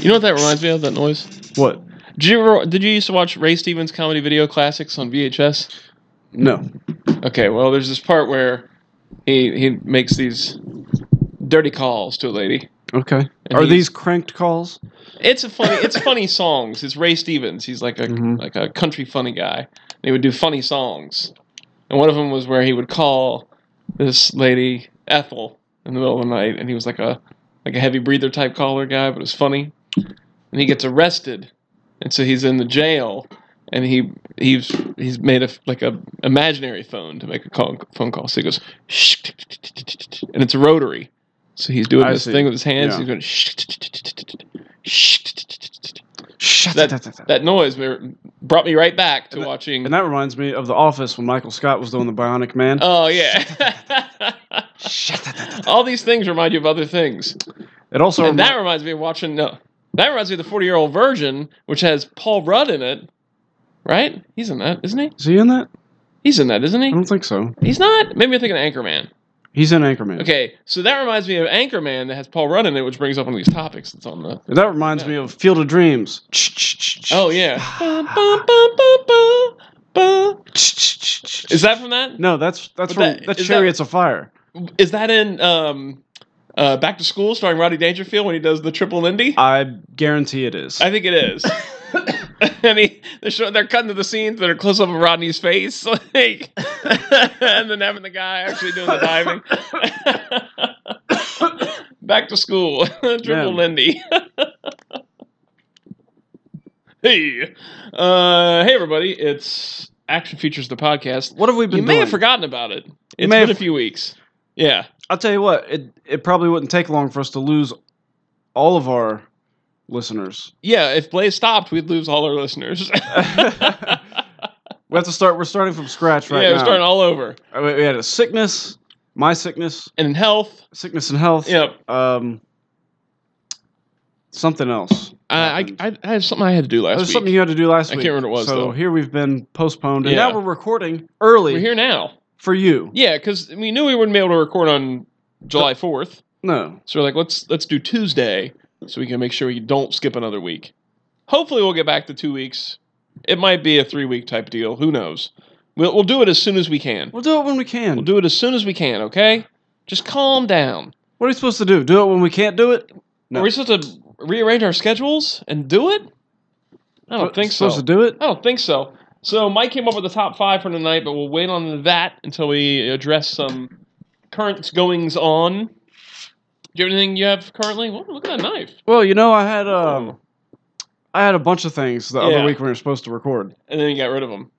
You know what that reminds me of? That noise. What? Did you ever, did you used to watch Ray Stevens comedy video classics on VHS? No. Okay, well, there's this part where he he makes these dirty calls to a lady. Okay. And Are he's- these cranked calls? It's a funny it's funny songs. It's Ray Stevens. He's like a Mhm. like a country funny guy. And he would do funny songs, and one of them was where he would call this lady Ethel in the middle of the night, and he was like a like a heavy breather type caller guy, but it was funny. And he gets arrested, and so he's in the jail, and he he's he's made a like a imaginary phone to make a call, phone call. So he goes, and it's a rotary. So he's doing I this see. thing with his hands. Yeah. He's going. Shut That- that, that, that. That noise mir- brought me right back to And that- watching. And that reminds me of The Office when Michael Scott was doing the Bionic Man. oh yeah, Shut that, that, that. all these things remind you of other things. It also and that remi- reminds me of watching. No, that reminds me of the Forty-Year-Old Virgin, which has Paul Rudd in it. Right? He's in that, isn't he? is he in that? He's in that, isn't I he? don't think so. He's not. Maybe I'm thinking of Anchorman. He's in Anchorman. Okay, so that reminds me of Anchorman that has Paul Rudd in it, which brings up one of these topics that's on the. That reminds Yeah. me of Field of Dreams. Oh yeah. Bum, bum, bum, bum, bum, bum. Is that from that? No, that's But that's from that- that's is that- Chariots of Fire. Is that in um, uh, Back to School starring Roddy Dangerfield when he does the triple Lindy? I guarantee it is. I think it is. and he, they're, showing, they're cutting to the scenes that are close up of Rodney's face, like, and then having the guy actually doing the diving. Back to school, triple Man. Lindy. hey, uh, hey everybody! It's Action Features the podcast. what have we You been may doing? have forgotten about it. It's may been have- a few weeks. Yeah. I'll tell you what, it it probably wouldn't take long for us to lose all of our listeners. Yeah, if Blaze stopped, we'd lose all our listeners. yeah, We have to start. We're starting from scratch right we're now. starting all over. I mean, we had a sickness, my sickness, And in health, sickness and health. yeah, Um, something else. I, happened. I, I, I had something I had to do last There's week. something you had to do last I week. can't remember what it was, So though. here we've been postponed, and Yeah. now we're recording early We're here now. for you. Yeah, because we knew we wouldn't be able to record on July fourth, No, so we're like, let's let's do Tuesday, so we can make sure we don't skip another week. Hopefully, we'll get back to two weeks. It might be a three week type deal. Who knows? We'll we'll do it as soon as we can. we'll do it when we can. We'll do it as soon as we can. Okay, just calm down. what are you supposed to do? Do it when we can't do it? No. Are we supposed to rearrange our schedules and do it? I don't We're think so. supposed to do it? I don't think so. So Mike came up with the top five for tonight, but we'll wait on that until we address some current goings on. Do you have anything you have currently? Whoa, look at that knife. Well, you know, I had um, I had a bunch of things the Oh. Yeah. other week we were supposed to record. And then you got rid of them.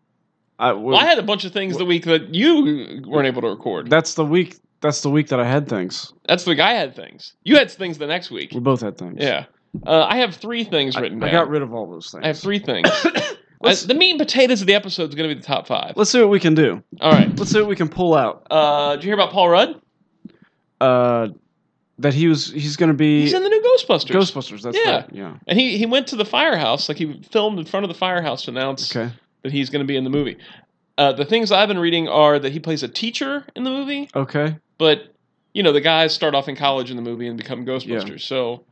I, we- Well, I had a bunch of things the week that you weren't able to record. that's the week. That's the week that I had things. That's the week I had things. You had things the next week. We both had things. Yeah. Uh, I have three things I, written I down. got rid of all those things. I have three things. I, Let's- the meat and potatoes of the episode is going to be the top five. Let's see what we can do. All right. Let's see what we can pull out. Uh, did you hear about Paul Rudd? Uh, that he was he's going to be He's in the new Ghostbusters. Ghostbusters. That's Yeah. right. Yeah. and he, he went to the firehouse, like he filmed in front of the firehouse to announce Okay. that he's going to be in the movie. Uh, the things I've been reading are that he plays a teacher in the movie, Okay. but you know the guys start off in college in the movie and become Ghostbusters. So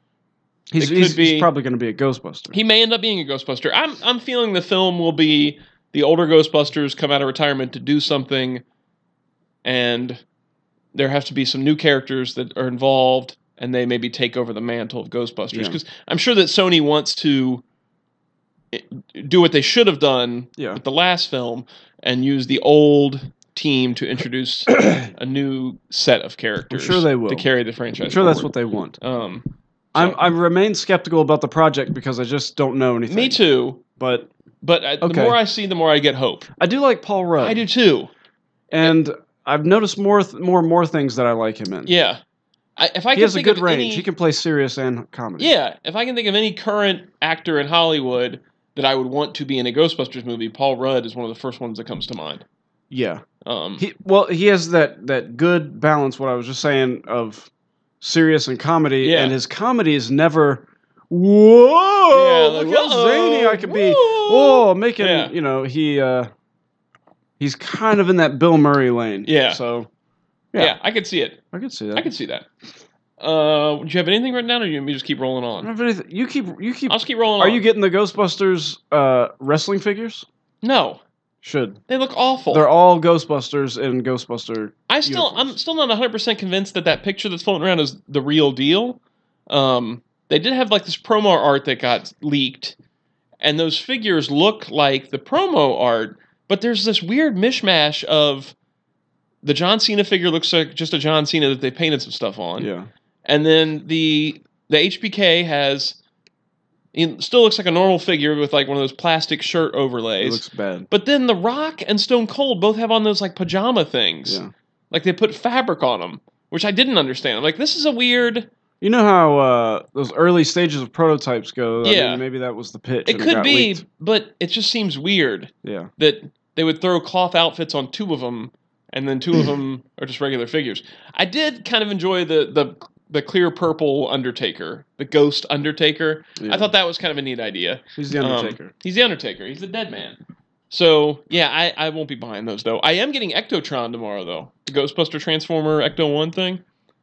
He's, could he's, he's be- probably going to be a Ghostbuster. he may end up being a Ghostbuster. I'm I'm feeling the film will be the older Ghostbusters come out of retirement to do something, and there have to be some new characters that are involved, and they maybe take over the mantle of Ghostbusters. Yeah. Because I'm sure that Sony wants to eh, do what they should have done yeah. with the last film and use the old team to introduce a new set of characters. sure they will. to carry the franchise. I'm sure that's what forward. they want. Um, I'm I remain skeptical about the project because I just don't know anything. me too. But But I, the Okay. more I see, the more I get hope. I do like Paul Rudd. I do too. and I've noticed more th- more and more things that I like him in. Yeah. I, if I he can has a think good of range. any- He can play serious and comedy. yeah. If I can think of any current actor in Hollywood that I would want to be in a Ghostbusters movie, Paul Rudd is one of the first ones that comes to mind. Yeah. Um, He well, he has that that good balance. What I was just saying of serious and comedy, Yeah. and his comedy is never. Whoa! Yeah, like, look how "Whoa, zany I could be. whoa." Whoa, making Yeah. you know he. uh He's kind of in that Bill Murray lane. Yeah. So Yeah, Yeah. I could see it. I could see that. I could see that. Uh, do you have anything written down, or do you want me to just keep rolling I on? don't have anything- You keep. You keep. I'll just keep rolling. Are on. you getting the Ghostbusters uh, wrestling figures? No, Should they look awful. they're all Ghostbusters and Ghostbuster? I still, I'm uniforms. still not 100 percent convinced that that picture that's floating around is the real deal. Um, they did have like this promo art that got leaked, and those figures look like the promo art, but there's this weird mishmash of the John Cena figure looks like just a John Cena that they painted some stuff on. Yeah. And then the the HBK has it still looks like a normal figure with like one of those plastic shirt It overlays. looks bad. but then The Rock and Stone Cold both have on those like pajama things. Yeah. Like they put fabric on them, which I didn't understand. I'm like, this is a weird. You know how uh, those early stages of prototypes go. I Yeah. mean, maybe that was the pitch. It and could got be, leaked. but it just seems weird Yeah. that they would throw cloth outfits on two of them, and then two of them are just regular figures. I did kind of enjoy the the the clear purple Undertaker, the Ghost Undertaker. yeah. I thought that was kind of a neat idea. he's the um, Undertaker. He's the Undertaker. He's the dead man. So yeah, I, I won't be buying those though. I am getting Ectotron tomorrow though. The Ghostbuster Transformer Ecto One thing.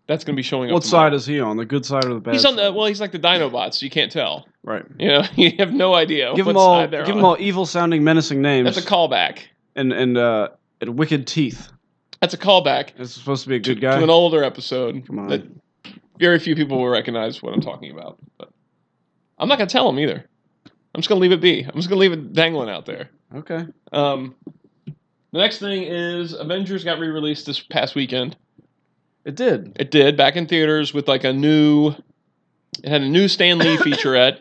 That's gonna be showing up. what tomorrow. side is he on? The good side or the bad? um, He's on side? the well. He's like the Dinobot, so you can't tell. right. You know, you have no idea Give what them all. side they're Give on. them all evil sounding, menacing names. That's a callback. And and uh, and wicked teeth. That's a callback It's supposed to be a to, good guy. to an older episode Come on. that very few people will recognize what I'm talking about. But I'm not gonna tell them either. I'm just gonna leave it be. I'm just gonna leave it dangling out there. okay. Um, the next thing is Avengers got re-released this past weekend. It did. It did back in theaters with like a new. It had a new Stan Lee featurette.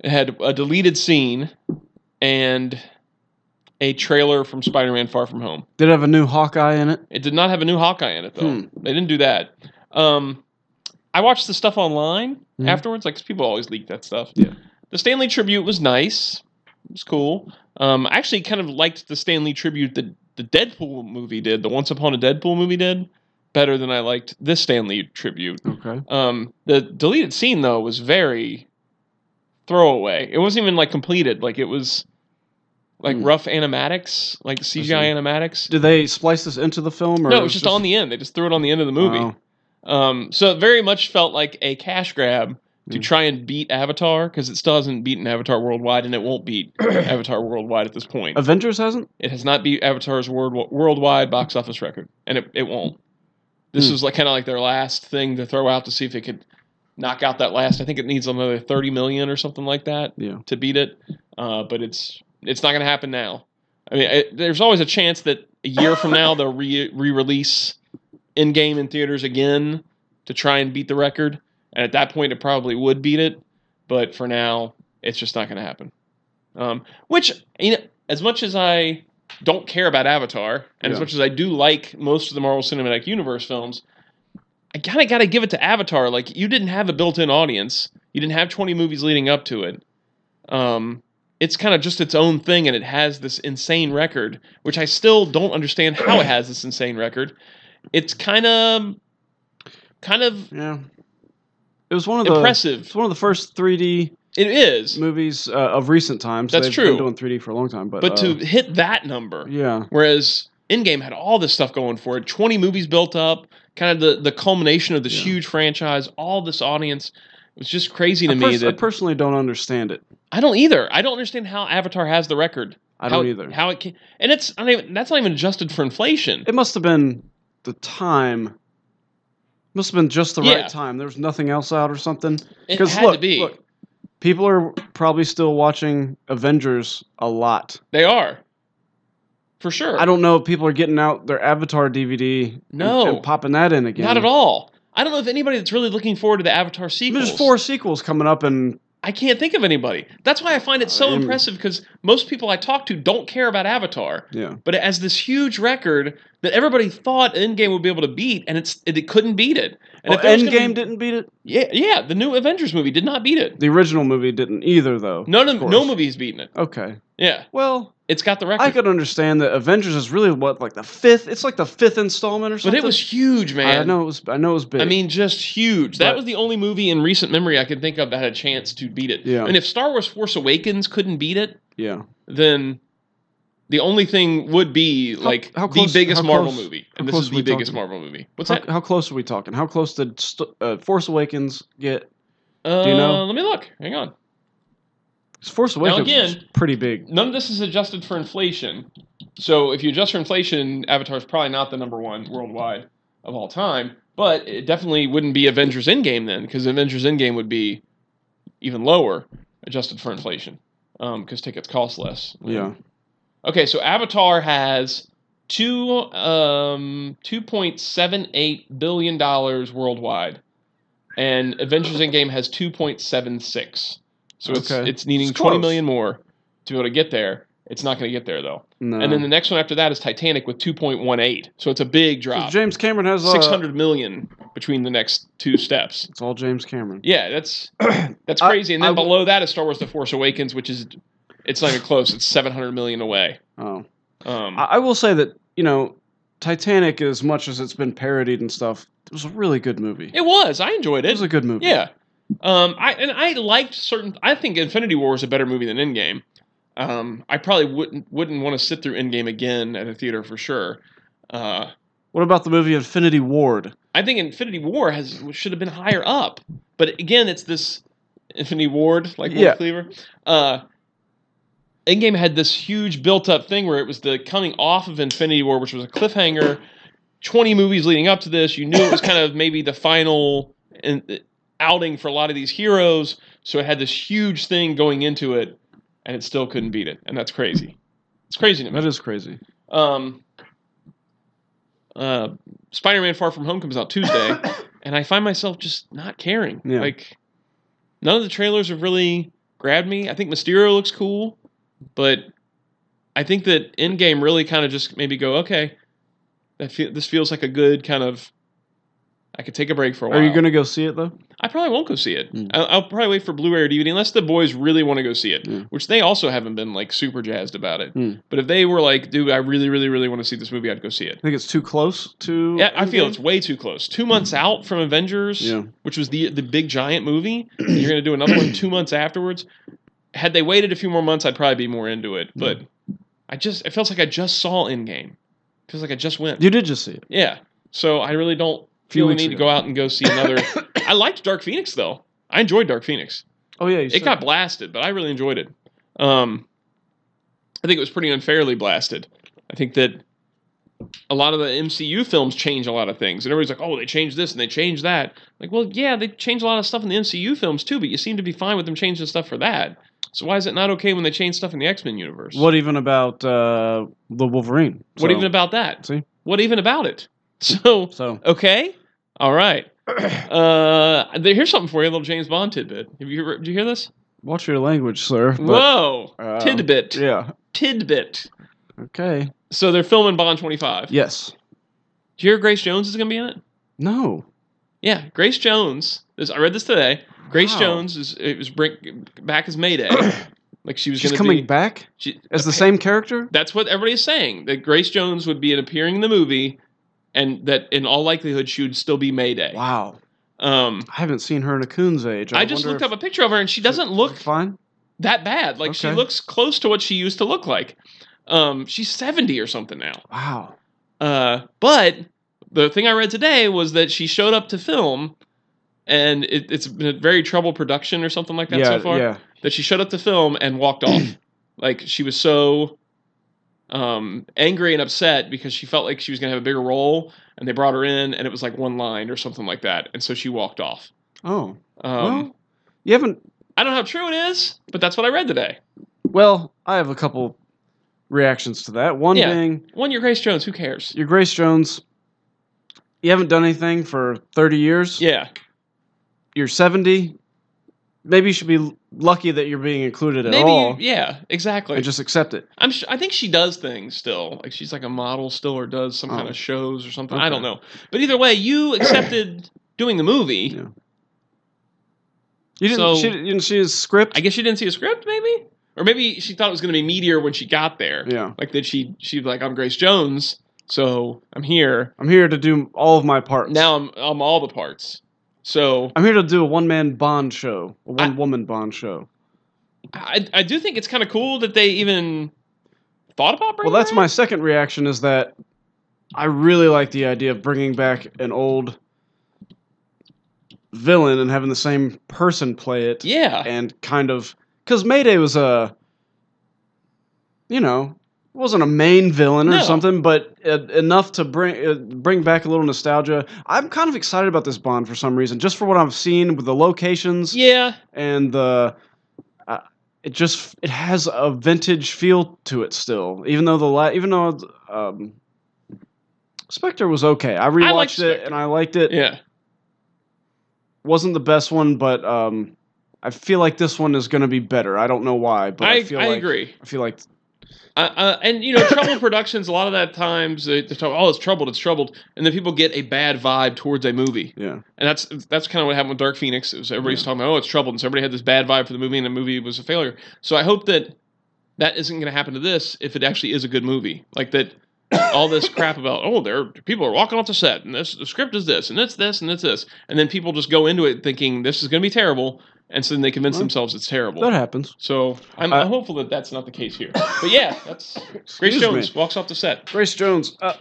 It had a deleted scene, and a trailer from Spider-Man: Far From Home. Did it have a new Hawkeye in it. It did not have a new Hawkeye in it though. Hmm. They didn't do that. Um, I watched the stuff online Mhm. afterwards, like 'cause people always leak that stuff. Yeah. The Stanley tribute was nice. It was cool. Um, I actually kind of liked the Stanley tribute that the Deadpool movie did, the Once Upon a Deadpool movie did, better than I liked this Stanley tribute. Okay. Um, the deleted scene though was very throwaway. It wasn't even like completed. Like it was like Hmm. rough animatics, like CGI animatics. Did they splice this into the film? Or Oh. No, it was just on the end. They just threw it on the end of the movie. Wow. Um, so it very much felt like a cash grab to Mm. try and beat Avatar because it still hasn't beaten Avatar worldwide, and it won't beat Avatar worldwide at this point. Avengers hasn't. It has not beat Avatar's world, worldwide box office record, and it, it won't. This Hmm. was like kind of like their last thing to throw out to see if it could knock out that last. I think it needs another thirty million or something like that Yeah. to beat it, uh, but it's it's not going to happen now. I mean, it, there's always a chance that a year from now they'll re re-release in game in theaters again to try and beat the record, and at that point it probably would beat it, but for now it's just not going to happen. Um, which you know, as much as I don't care about Avatar, and as Yeah. much as I do like most of the Marvel Cinematic Universe films, I kind of got to give it to Avatar. Like you didn't have a built-in audience, you didn't have 20 movies leading up to it. Um, it's kind of just its own thing, and it has this insane record, which I still don't understand how it has this insane record. It's kind of, kind of Yeah. It was one of the. It's impressive. one of the first 3D It is, movies uh, of recent times. That's They've true. Been doing 3D for a long time, but but uh, to hit that number, yeah, Whereas Endgame had all this stuff going for it 20 movies built up, kind of the, the culmination of this Yeah. huge franchise, all this audience. It was just crazy to I, me pers- I that personally don't understand it. I don't either. I don't understand how Avatar has the record. I how, don't it- either. How it can, and it's I don't even, that's not even adjusted for inflation. it must have been the time. Must have been just the Yeah. right time. There was nothing else out or something. It 'Cause had look, to be. look, people are probably still watching Avengers a lot. They are, for sure. I don't know if people are getting out their Avatar DVD and- No. and, popping that in again. not at all. I don't know if anybody that's really looking forward to the Avatar sequels. There's four sequels coming up, and I can't think of anybody. That's why I find it so Um, impressive because most people I talk to don't care about Avatar. yeah, but it has this huge record that everybody thought Endgame would be able to beat, and it's it, it couldn't beat it. And well, if there was gonna Oh, Endgame be- didn't beat it. yeah, yeah, the new Avengers movie did not beat it. The original movie didn't either, though. None of of course. no movie's beaten it. Okay. Yeah, Well, it's got the record, I could understand that Avengers is really what like the fifth. It's like the fifth installment or but something. it was huge, man. I know it was. I know it was big. I mean, just huge. That But- was the only movie in recent memory I could think of that had a chance to beat it. Yeah. And if Star Wars Force Awakens couldn't beat it, yeah. then the only thing would be like how the close- biggest how Marvel close- movie, how and this close is are the we biggest talking? Marvel movie. What's How, that? how close are we talking? How close did St- uh, Force Awakens get? Uh, you know? Let me look. Hang on. 'Cause Force Awakens is again- pretty big. None of this is adjusted for inflation. So if you adjust for inflation, Avatar's probably not the number one worldwide of all time. But it definitely wouldn't be Avengers Endgame then, because Avengers Endgame would be even lower adjusted for inflation, because tickets cost less. Yeah. Okay, so Avatar has two um two point seven eight billion dollars worldwide, and Avengers Endgame has two point seven six. So it's Okay. it's needing It's twenty close. million more to be able to get there. It's not going to get there though. No. And then the next one after that is Titanic with two point one eight. So it's a big drop. James Cameron has uh, Six hundred million between the next two steps. It's all James Cameron. Yeah, that's that's I- crazy. and then I w- below that is Star Wars: The Force Awakens, which is it's not even close. It's seven hundred million away. Oh. Um, I, I will say that you know Titanic, as much as it's been parodied and stuff, it was a really good movie. It was. I enjoyed It it. was a good movie. yeah. Um, I and I liked certain. I think Infinity War was a better movie than Endgame. Um, I probably wouldn't wouldn't want to sit through Endgame again at a theater for sure. Uh, What about the movie Infinity Ward? I think Infinity War has should have been higher up, but again, it's this Infinity Ward like Wolf Yeah. Cleaver. Uh, Endgame had this huge built up thing where it was the coming off of Infinity War, which was a cliffhanger. Twenty movies leading up to this, you knew it was kind of maybe the final in- outing for a lot of these heroes. So it had this huge thing going into it, and it still couldn't beat it, and that's crazy. It's crazy to me. That is crazy. Um, uh, Spider-Man: Far From Home comes out Tuesday, and I find myself just not caring. Yeah. Like, none of the trailers have really grabbed me. I think Mysterio looks cool, but I think that Endgame really kind of just made me go, okay, that fe- this feels like a good kind of. I could take a break for a while. Are you gonna go see it though? I probably won't go see it. Mm. I'll, I'll probably wait for Blu-ray or DVD unless the boys really want to go see it, Yeah. which they also haven't been like super jazzed about it. Mm. But if they were like, "Dude, I really, really, really want to see this movie," I'd go see it. I think it's too close to. Yeah, I feel Endgame? it's way too close. Two months out from Avengers, Yeah. which was the the big giant movie, and you're gonna do another one two months afterwards. Had they waited a few more months, I'd probably be more into it. But I just it feels like I just saw Endgame. feels like I just went. You did just see it. Yeah. So I really don't Few feel the weeks need to ago. go out and go see another. I liked Dark Phoenix though. I enjoyed Dark Phoenix. Oh yeah, you It got blasted, but I really enjoyed it. Um, I think it was pretty unfairly blasted. I think that a lot of the MCU films change a lot of things, and everybody's like, "Oh, they changed this and they changed that." Like, well, yeah, they changed a lot of stuff in the MCU films too, but you seem to be fine with them changing stuff for that. So why is it not okay when they change stuff in the X Men universe? What even about uh, the Wolverine? What So- even about that? See? What even about it? So So okay, all right. Uh, there- here's something for you, a little James Bond tidbit. Have you ever, did you hear this? watch your language, sir. but- Whoa, uh, tidbit, yeah. tidbit. Okay. So they're filming Bond 25. Yes. Do you hear Grace Jones is going to be in it? No. Yeah, Grace Jones. This, I read this today. Grace Wow. Jones is it was bring, back as Mayday. like she was She's going to coming be. back she- as the appa- same character. That's what everybody's saying. That Grace Jones would be an appearing in the movie, and that in all likelihood she would still be Mayday. Wow. Um, I haven't seen her in a coon's age. I, just looked up a picture of her, and she doesn't look fine. that bad. Like she Okay. looks close to what she used to look like. Um, she's 70 or something now. Wow. Uh, but the thing I read today was that she showed up to film, and it, it's been a very troubled production or something like that yeah. so far. Yeah. That she showed up to film and walked off, like she was so um, angry and upset because she felt like she was gonna have a bigger role, and they brought her in, and it was like one line or something like that, and so she walked off. Oh. Um, well, you haven't. I don't know how true it is, but that's what I read today. Well, I have a couple reactions to that. One Yeah. being One, you're Grace Jones. Who cares? You're Grace Jones. You haven't done anything for 30 years. Yeah. You're 70. Maybe you should be l- lucky that you're being included at Maybe. all yeah. Exactly. and just accept it. I'm sh- I think she does things still. Like she's like a model still or does some kind Oh. of shows or something. Okay. I don't know. But either way, you accepted doing the movie. Yeah. You didn't, So- she, didn't- you didn't see his script? I guess you didn't see a script maybe? Or maybe she thought it was going to be Meteor when she got there. yeah. Like that she she like I'm Grace Jones, so I'm here. I'm here to do all of my parts. Now I'm I'm all the parts. So I'm here to do a one man Bond show, a one woman Bond show. I I do think it's kind of cool that they even thought about Well, bringing. that's her my in? second reaction is that I really like the idea of bringing back an old villain and having the same person play it Yeah, and kind of because Mayday was a, you know, wasn't a main villain or No. something, but uh, enough to bring uh, bring back a little nostalgia. I'm kind of excited about this Bond for some reason, just for what I've seen with the locations yeah. and the. Uh, it just it has a vintage feel to it still, even though the la- even though um, Spectre was okay. I rewatched liked it Spectre. and I liked it Yeah. wasn't the best one, but um, I feel like this one is going to be better. I don't know why, but I, I, feel I like agree. I feel like Uh, uh, and you know, trouble productions. A lot of that times they, they talk, "Oh, it's troubled, it's troubled," and then people get a bad vibe towards a movie, yeah, and that's that's kind of what happened with Dark Phoenix. It was everybody's Yeah. talking about, "Oh, it's troubled," and so everybody had this bad vibe for the movie, and the movie was a failure. So I hope that that isn't going to happen to this if it actually is a good movie. Like that, all this crap about oh, there people are walking off the set, and this the script is this, and it's this, and it's this, and then people just go into it thinking this is going to be terrible, and so then they convince Well, themselves it's terrible. that happens. So I'm, Uh, I'm hopeful that that's not the case here. But yeah, that's Grace Excuse Jones me. walks off the set. Grace Jones. Uh,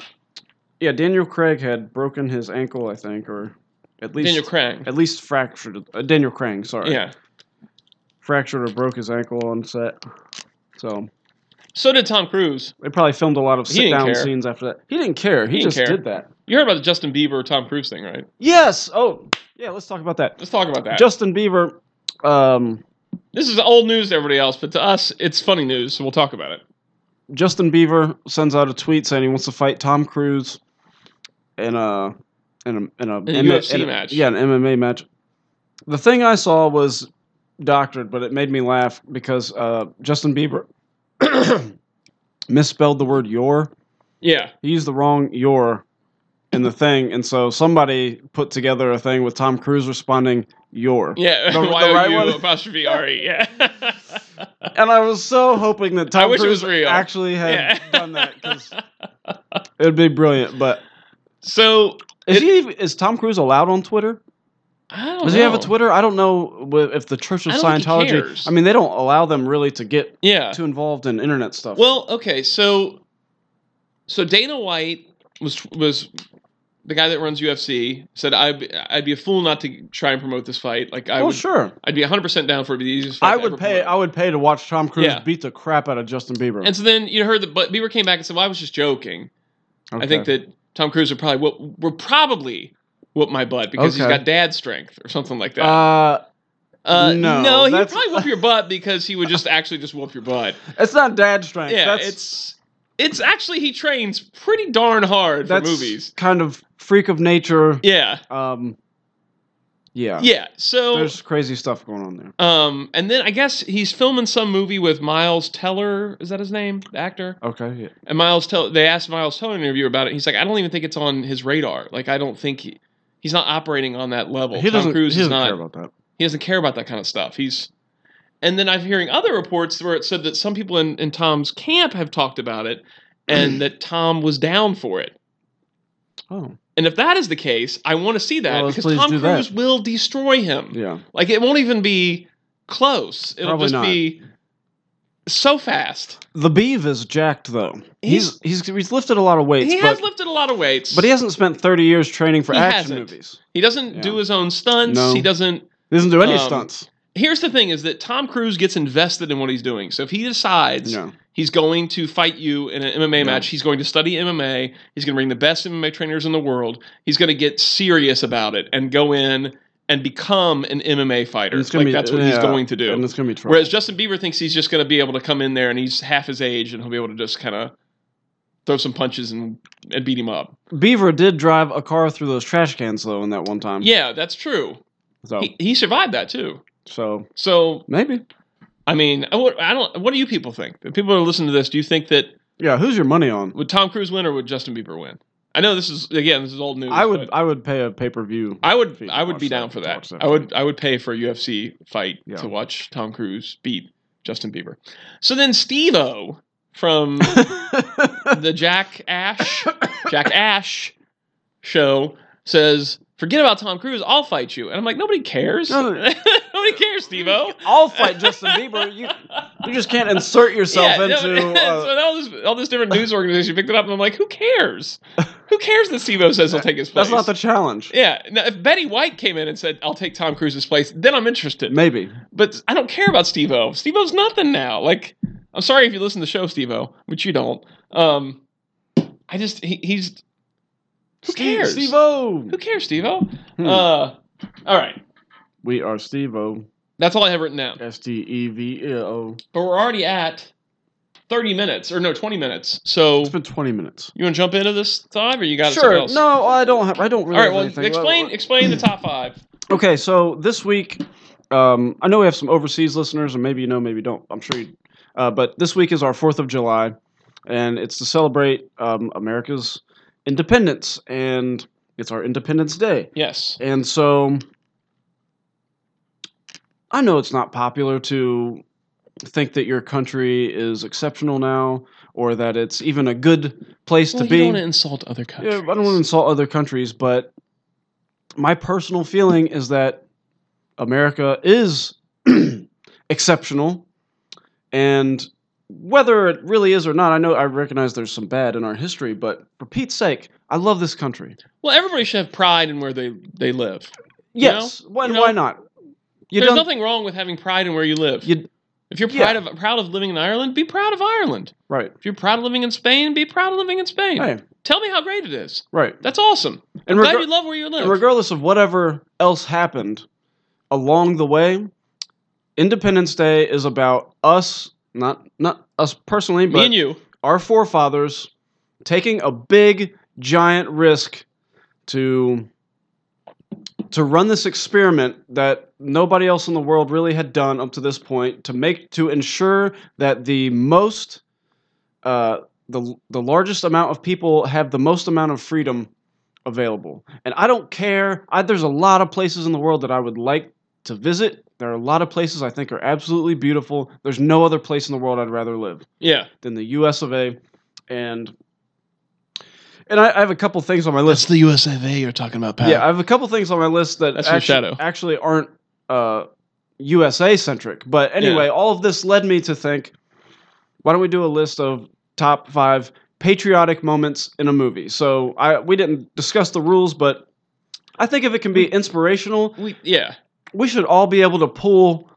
yeah, Daniel Craig had broken his ankle, I think, or at least Daniel Craig. at least fractured. it- Uh, Daniel Crang, sorry, Yeah. fractured or broke his ankle on set. So So did Tom Cruise. they probably filmed a lot of He didn't sit down care. scenes after that. He didn't care. He He, didn't just care. did that. You heard about the Justin Bieber Tom Cruise thing, right? Yes. Oh, yeah. Let's talk about that. Let's talk about that. Justin Bieber. Um, this is old news to everybody else, but to us, it's funny news, so we'll talk about it. Justin Bieber sends out a tweet saying he wants to fight Tom Cruise in a in a in a, a M- UFC in a- match. Yeah, an MMA match. The thing I saw was doctored, but it made me laugh because uh, Justin Bieber misspelled the word "your." Yeah. He used the wrong "your" in the thing, and so somebody put together a thing with Tom Cruise responding "your." Yeah. The- the Y O right U one? apostrophe R E. Yeah. And I was so hoping that I Tom wish it Cruise was real. actually had Yeah. done that because it would be brilliant, but. so Is It- he even, is Tom Cruise allowed on Twitter? I don't Does know. he have a Twitter? I don't know wh- if the Church of I don't think he Scientology. cares. I mean, they don't allow them really to get Yeah. too involved in internet stuff. Well, okay, so so Dana White was was the guy that runs UFC said I'd be, I'd be a fool not to try and promote this fight. Like I well, would, Oh, sure. I'd be 100 percent down for it. It'd be the easiest. Fight to I would ever pay. promote. I would pay to watch Tom Cruise Yeah. beat the crap out of Justin Bieber. And so then you heard that, but Bieber came back and said, "Well, I was just joking. I think that Tom Cruise would probably whoop, would probably whoop my butt because he's Okay. got dad strength or something like that." Uh, Uh, no, no, he'd that's- probably whoop your butt because he would just actually just whoop your butt. it's not dad strength. Yeah, that's, it's it's actually he trains pretty darn hard for that's movies. kind of freak of nature. Yeah. Um, yeah. Yeah. So There's crazy stuff going on there. um and then I guess he's filming some movie with Miles Teller, is that his name? The actor? Okay. Yeah. And Miles Teller they asked Miles Teller in an interview about it. He's like, I don't even think it's on his radar. Like I don't think he, he's not operating on that level. he Tom doesn't. Cruise he is doesn't not care about that. he doesn't care about that kind of stuff. He's and then I'm hearing other reports where it said that some people in, in Tom's camp have talked about it and that Tom was down for it. Oh. And if that is the case, I want to see that Well, let's because please Tom do that. Cruise will destroy him. Yeah. Like it won't even be close. It'll Probably just not. be so fast. The Beeve is jacked though. He's He's- he's he's lifted a lot of weights, he but, has lifted a lot of weights, but he hasn't spent thirty years training for He action hasn't. movies. he doesn't Yeah. do his own stunts. No. He doesn't. He doesn't do any Um, stunts. Here's the thing: is that Tom Cruise gets invested in what he's doing. So if he decides No. he's going to fight you in an MMA Yeah. match, he's going to study MMA. He's going to bring the best MMA trainers in the world. He's going to get serious about it and go in and become an MMA fighter. And it's Like gonna be- that's what he's yeah, going to do. And it's gonna be trouble. Whereas Justin Bieber thinks he's just going to be able to come in there and he's half his age and he'll be able to just kind of throw some punches and, and beat him up. Beaver did drive a car through those trash cans though in that one time. Yeah, that's true. So He, he survived that too. so So, maybe. I mean, I, would- I don't. What do you people think? The people who are listening to this, do you think that Yeah, who's your money on? would Tom Cruise win or would Justin Bieber win? I know this is again, this is old news. I would but I would pay a pay per view. I would, Feet I would be watch down that- for watch that. that I would, I would pay for a UFC fight Yeah. to watch Tom Cruise beat Justin Bieber. So then Steve O from the Jack Ash Jack Ash show says forget about Tom Cruise. I'll fight you. And I'm like, nobody cares. No, no. nobody cares, Steve-O. I'll fight Justin Bieber. You, you just can't insert yourself Yeah, no, into. so uh, all this all this different news organization picked it up, and I'm like, who cares? Who cares that Steve-O says he'll take his place? that's not the challenge. yeah. Now, if Betty White came in and said, "I'll take Tom Cruise's place," then I'm interested. Maybe. But I don't care about Steve O. Steve O's nothing now. Like, I'm sorry if you listen to the show, Steve O, which you don't. Um, I just, he, he's, who cares? Steve O. who cares, Steve O? Hmm. Uh, all right. We are Steve O. That's all I have written down. S T E V E O. But we're already at 30 minutes, or no, 20 minutes. So It's been 20 minutes. you want to jump into this five, or you got something Sure. else? No, I don't have. I don't All really. right. have Well, anything. explain, explain the top five. Okay, so this week, um, I know we have some overseas listeners, and maybe you know, maybe you don't. I'm sure you. Uh, but this week is our Fourth of July, and it's to celebrate um, America's independence, and it's our Independence Day. Yes. And so, I know it's not popular to think that your country is exceptional now, or that it's even a good place Well, to you be. don't want to insult other countries. Yeah, I don't want to insult other countries, but my personal feeling is that America is exceptional, and whether it really is or not, I know I recognize there's some bad in our history, but for Pete's sake, I love this country. Well, everybody should have pride in where they, they live. You know? Yes, why, You know? why not? You There's don't. nothing wrong with having pride in where you live. you If you're Yeah. proud of proud of living in Ireland, be proud of Ireland. right, If you're proud of living in Spain, be proud of living in Spain. hey, Tell me how great it is. right. That's awesome. And, Glad regar- you love where you live. and regardless of whatever else happened along the way, Independence Day is about us, not not us personally, but Me and you. our forefathers taking a big giant risk to to run this experiment that nobody else in the world really had done up to this point to make to ensure that the most uh, the the largest amount of people have the most amount of freedom available and i don't care I, there's a lot of places in the world that i would like to visit there are a lot of places i think are absolutely beautiful there's no other place in the world i'd rather live Yeah. than the U.S. of A. And and I, I have a couple things on my list. the US of A you're talking about, yeah, I have a couple things on my list that That's actu- your actually, shadow. aren't uh, USA centric. But anyway, all of this led me to think, why don't we do a list of top five patriotic moments in a movie? So I we didn't discuss the rules, but I think if it can be Hmm. inspirational, we, yeah. we should all be able to pull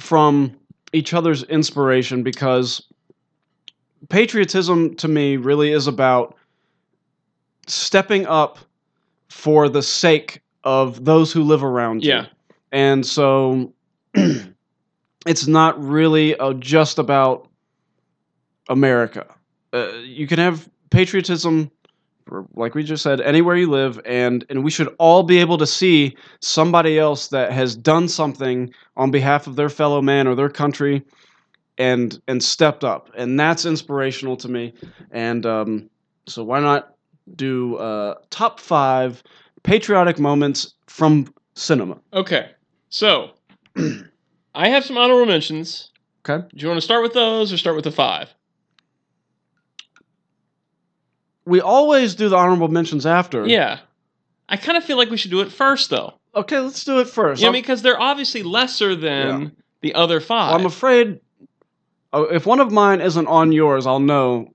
from each other's inspiration because patriotism to me really is about stepping up for the sake of those who live around Yeah. you. And so it's not really uh, just about America. Uh, you can have patriotism for, like we just said anywhere you live and and we should all be able to see somebody else that has done something on behalf of their fellow man or their country and and stepped up and that's inspirational to me and um, so why not do uh, top five patriotic moments from cinema Okay. So I have some honorable mentions. Okay. Do you want to start with those or start with the five? we always do the honorable mentions after Yeah. I kind of feel like we should do it first though. okay let's do it first You know, I'm- because they're obviously lesser than the other five. Well, I'm afraid oh, if one of mine isn't on yours, I'll know.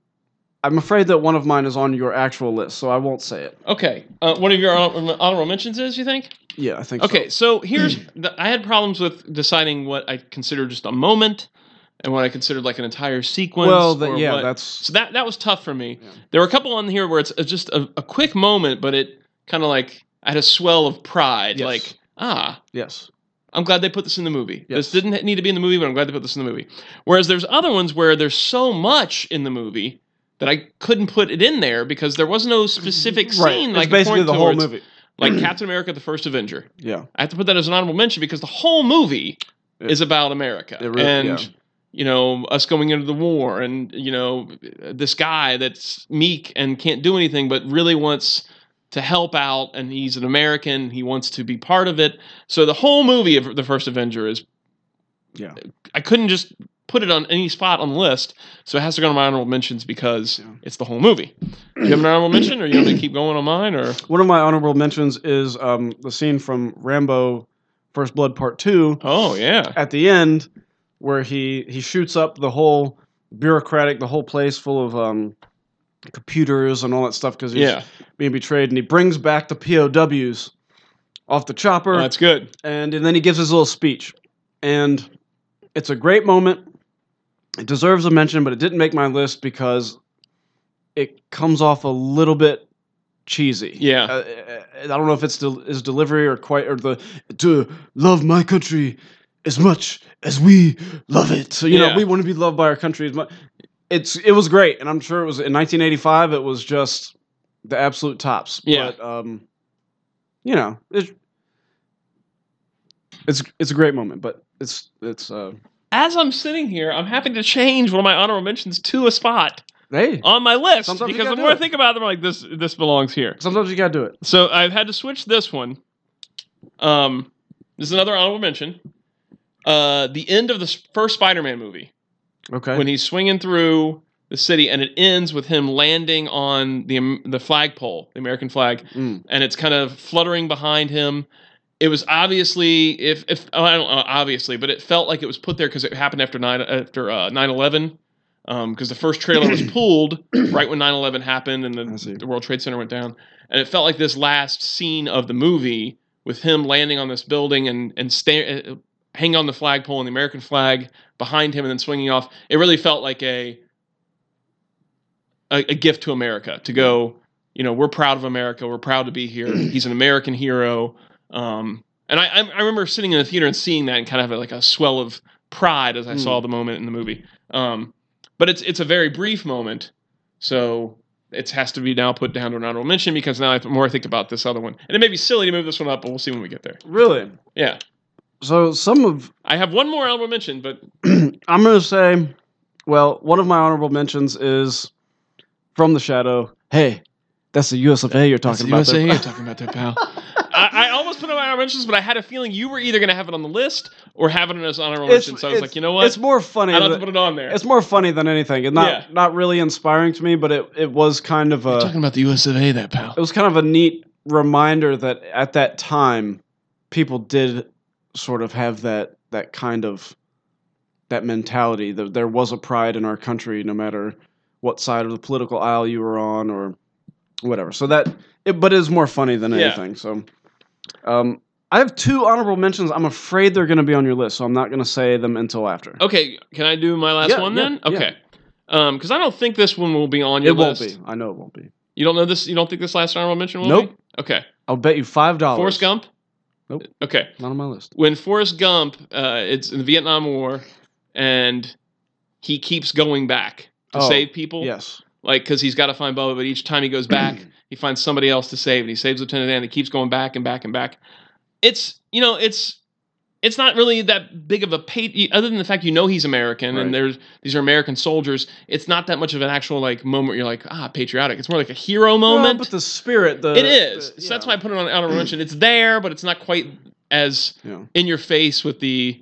I'm afraid that one of mine is on your actual list, so I won't say it. okay. Uh, one of your honor- honorable mentions is, you think? Yeah, I think. Okay, so here's the, I had problems with deciding what I considered just a moment and what I considered like an entire So. sequence. Well, the, or yeah, what- that's so that that was tough for me. Yeah. There were a couple on here where it's just a, a quick moment, but it kind of like I had a swell of pride, Yes. like ah. yes. I'm glad they put this in the movie. This Yes. didn't need to be in the movie, but I'm glad they put this in the movie. Whereas there's other ones where there's so much in the movie that I couldn't put it in there because there was no specific scene. Right. like it's basically the whole movie. Like Captain America: The First Avenger. Yeah. I have to put that as an honorable mention because the whole movie It- is about America it really- and yeah. you know us going into the war and you know this guy that's meek and can't do anything but really wants to help out and he's an American he wants to be part of it so the whole movie of the first Avenger is Yeah. I couldn't just put it on any spot on the list, so it has to go to my honorable mentions because it's the whole movie. Do you have an honorable mention, or you want me to keep going on mine? Or One of my honorable mentions is um, the scene from Rambo: First Blood Part Two oh yeah, at the end, where he he shoots up the whole bureaucratic, the whole place full of um, computers and all that stuff because he's yeah, being betrayed, and he brings back the POWs off the chopper, Oh, that's good. and, and then he gives his little speech, and it's a great moment. It deserves a mention, but it didn't make my list because it comes off a little bit cheesy. Yeah. Uh, I don't know if it's del- his delivery or quite or the to love my country as much as we love it. So you know Yeah. we want to be loved by our country as much. It's it was great, and I'm sure it was in 1985. It was just the absolute tops. Yeah. But um, you know, it, it's it's a great moment, but it's it's uh As I'm sitting here, I'm happy to change one of my honorable mentions to a spot hey. on my list Sometimes you because gotta the do more I it. think about them, I'm like this this belongs here. Sometimes you gotta do it. So I've had to switch this one. Um, this is another honorable mention. Uh, the end of the s- first Spider-Man movie Okay. when he's swinging through the city, and it ends with him landing on the Am- the flagpole, the American flag, Mm. and it's kind of fluttering behind him. It was obviously if if oh, I don't know obviously, but it felt like it was put there because it happened after nine after uh, 9-11. because the first trailer was pulled right when 9-11 happened and I see. the, the World Trade Center went down, and it felt like this last scene of the movie with him landing on this building and and sta- uh, hanging on the flagpole and the American flag behind him and then swinging off. It really felt like a a, a gift to America to go. You know, we're proud of America. We're proud to be here. He's an American hero. Um, and I, I I remember sitting in the theater and seeing that and kind of having like a swell of pride as I Mm. saw the moment in the movie. Um, but it's it's a very brief moment, so it has to be now put down to an honorable mention because now I, the more I think about this other one, and it may be silly to move this one up, but we'll see when we get there. Really? Yeah. So some of I have one more honorable mention, but I'm gonna say, well, one of my honorable mentions is from the shadow. Hey, that's the US of A you're talking about. there. you're talking about there, pal. I, I almost put it on my honorable mentions, but I had a feeling you were either going to have it on the list or have it as honorable mention. So I was like, you know what? It's more funny. I don't have than- to put it on there. it's more funny than anything. It's not Yeah. not really inspiring to me, but it, it was kind of a about the US of A, there, pal. it was kind of a neat reminder that at that time people did sort of have that that kind of that mentality that there was a pride in our country no matter what side of the political aisle you were on or whatever so that it but it is more funny than Yeah. anything so um i have two honorable mentions i'm afraid they're going to be on your list so i'm not going to say them until after Okay, can I do my last Yeah, one yeah, then? yeah. Okay. Um, because I don't think this one will be on your it won't list. be i know it won't be You don't know this. You don't think this last honorable mention will Nope. be? Okay. i'll bet you five dollars Forrest Gump. Nope. Okay. not on my list when Forrest Gump, uh, it's in the Vietnam War, and he keeps going back to Oh, save people. yes Like, because he's got to find Bubba, but each time he goes back, he finds somebody else to save, and he saves Lieutenant Dan. He keeps going back and back and back. It's you know, it's it's not really that big of a pay. Other than the fact you know he's American, Right. and there's these are American soldiers. It's not that much of an actual like moment. Where you're like ah patriotic. It's more like a hero Well, moment but the spirit the it is. the- so that's yeah. why I put it on honorable mention. It's there, but it's not quite as Yeah. in your face with the,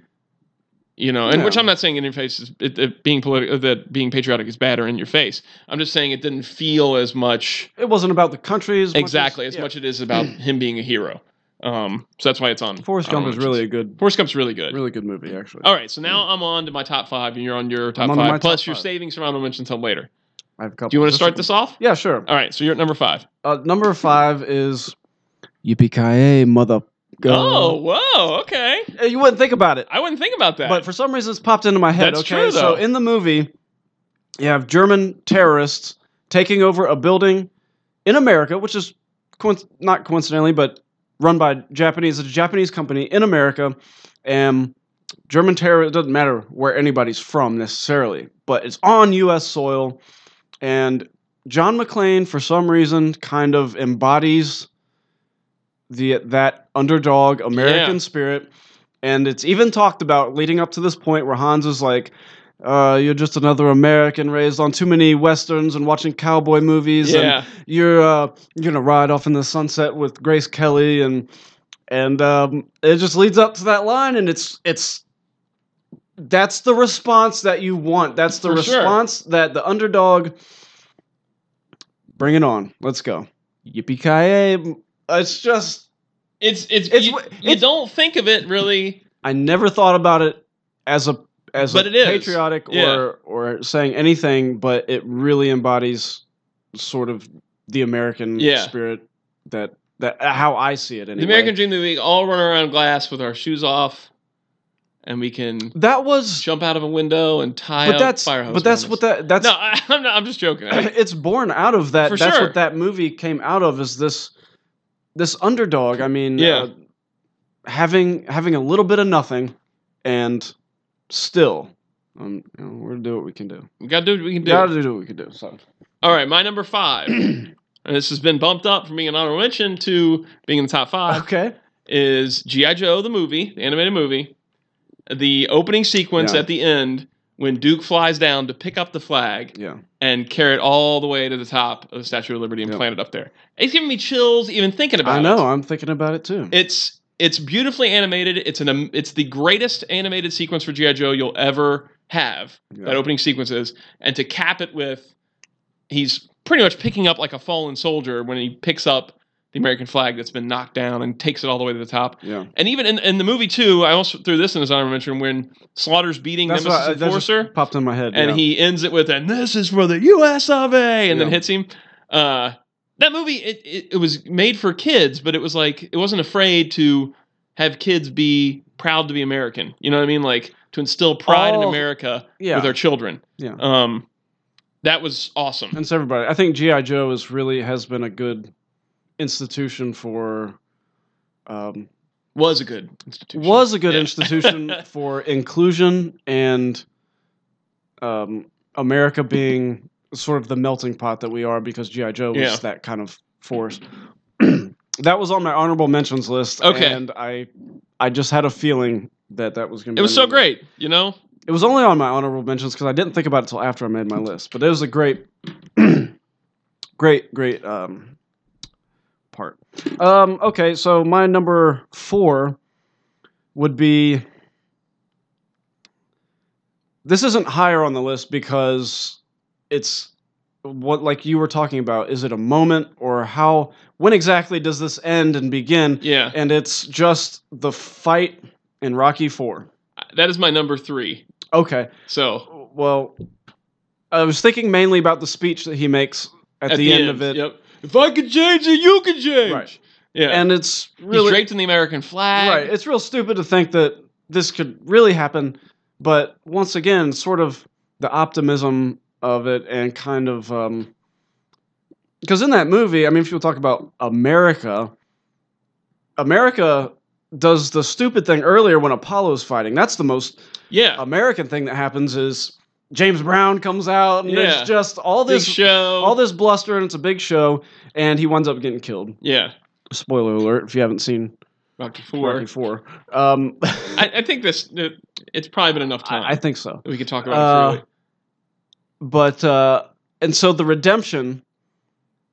you know, and which Yeah. I'm not saying in your face is it, it being political that being patriotic is bad or in your face. I'm just saying it didn't feel as much it wasn't about the country as much exactly as yeah. much it is about him being a hero. Um, so that's why it's on. Forrest Gump honorable is really a mentions. good, Forrest Gump's really Oh, good. Oh, really good movie, actually. All right, so now I'm on to my top five, and you're on your top on to my five. top Plus, you're five. saving some honorable mentions until later. I have a couple. Do you want to just start a- this off? Yeah, sure. All right, so you're at number five. Uh, number five is Yippee Ki Mother. oh, whoa, okay. Uh, you wouldn't think about it, I wouldn't think about that. but for some reason it's popped into my head. That's okay, true, though. so in the movie, you have German terrorists taking over a building in America, which is coinc- not coincidentally, but run by Japanese, it's a Japanese company in America, and German terror. It doesn't matter where anybody's from necessarily, but it's on U.S. soil, and John McClane, for some reason, kind of embodies the that underdog American Yeah. spirit, and it's even talked about leading up to this point where Hans is like. Uh, you're just another American raised on too many westerns and watching cowboy movies. And yeah. you're uh, you're gonna ride off in the sunset with Grace Kelly and and um, it just leads up to that line and it's it's that's the response that you want. That's the For sure. response that the underdog. Bring it on. Let's go. Yippee ki It's just It's it's, It's you, wh- you it's- don't think of it really. I never thought about it as a as But a it is. patriotic Yeah. or or saying anything, but it really embodies sort of the American Yeah. spirit that that uh, how I see it. Anyway. The American Dream that we all run around glass with our shoes off, and we can that was, jump out of a window and tie but up that's fire hose. but that's what warmers. that that's No, I, I'm not, I'm just joking. I- it's born out of that. For That's sure. what that movie came out of. Is this this underdog? I mean, Yeah. uh, having having a little bit of nothing, and still, um, you know, we're gonna do what we can do. we gotta do what we can We do. gotta do what we can do. So All right, my number five, and this has been bumped up from being an honorable mention to being in the top five. okay, is G.I. Joe, the movie, the animated movie, the opening sequence Yeah. at the end when Duke flies down to pick up the flag yeah, and carry it all the way to the top of the Statue of Liberty and Yeah. plant it up there. It's giving me chills even thinking about I it. know. I'm thinking about it too. It's it's beautifully animated. It's an am- it's the greatest animated sequence for G.I. Joe you'll ever have. Yeah. That opening sequence is. And to cap it with he's pretty much picking up like a fallen soldier when he picks up the American flag that's been knocked down and takes it all the way to the top. yeah, And even in, in the movie too, I also threw this in his honorable mention when Slaughter's beating That's uh, Nemesis what I- that just Enforcer, popped in my head. and yeah. he ends it with "And this is for the U.S. of A." and then Yeah. hits him. Uh, that movie it, it it was made for kids, but it was like it wasn't afraid to have kids be proud to be American. You know what I mean? Like to instill pride in All- America Oh, yeah, with our children. Yeah. Um, that was awesome. and so everybody. I think GI Joe is really has been a good institution for. Um, Was a good institution. was a good Yeah. institution for inclusion and um, America being sort of the melting pot that we are because GI Joe was Yeah. that kind of force. that was on my honorable mentions list. Okay. and I I just had a feeling that that was going to. It was so great. You know, It was only on my honorable mentions because I didn't think about it till after I made my list. But it was a great, great, great um, part. Um, okay, so my number four would be. This isn't higher on the list because it's what like you were talking about. Is it a moment or how? When exactly does this end and begin? yeah. And it's just the fight in Rocky Four. That is my number three. Okay. So Well, I was thinking mainly about the speech that he makes at, the, end, of it, Yep. If I could change it, you can change. Right. Yeah. and it's he's really draped in the American flag. right. It's real stupid to think that this could really happen, but once again, sort of the optimism of it, and kind of because in that movie, I mean, if you talk about America, America does the stupid thing earlier when Apollo's fighting. That's the most Yeah. American thing that happens is James Brown comes out and Yeah. there's just all Big this show. all this bluster and it's a big show and he winds up getting killed. yeah. Spoiler alert if you haven't seen Rocky Four. Rocky 4. Um I, I think this. it- It's probably been enough time. I, Uh, I think so. that we could talk about it. freely. But uh and so the redemption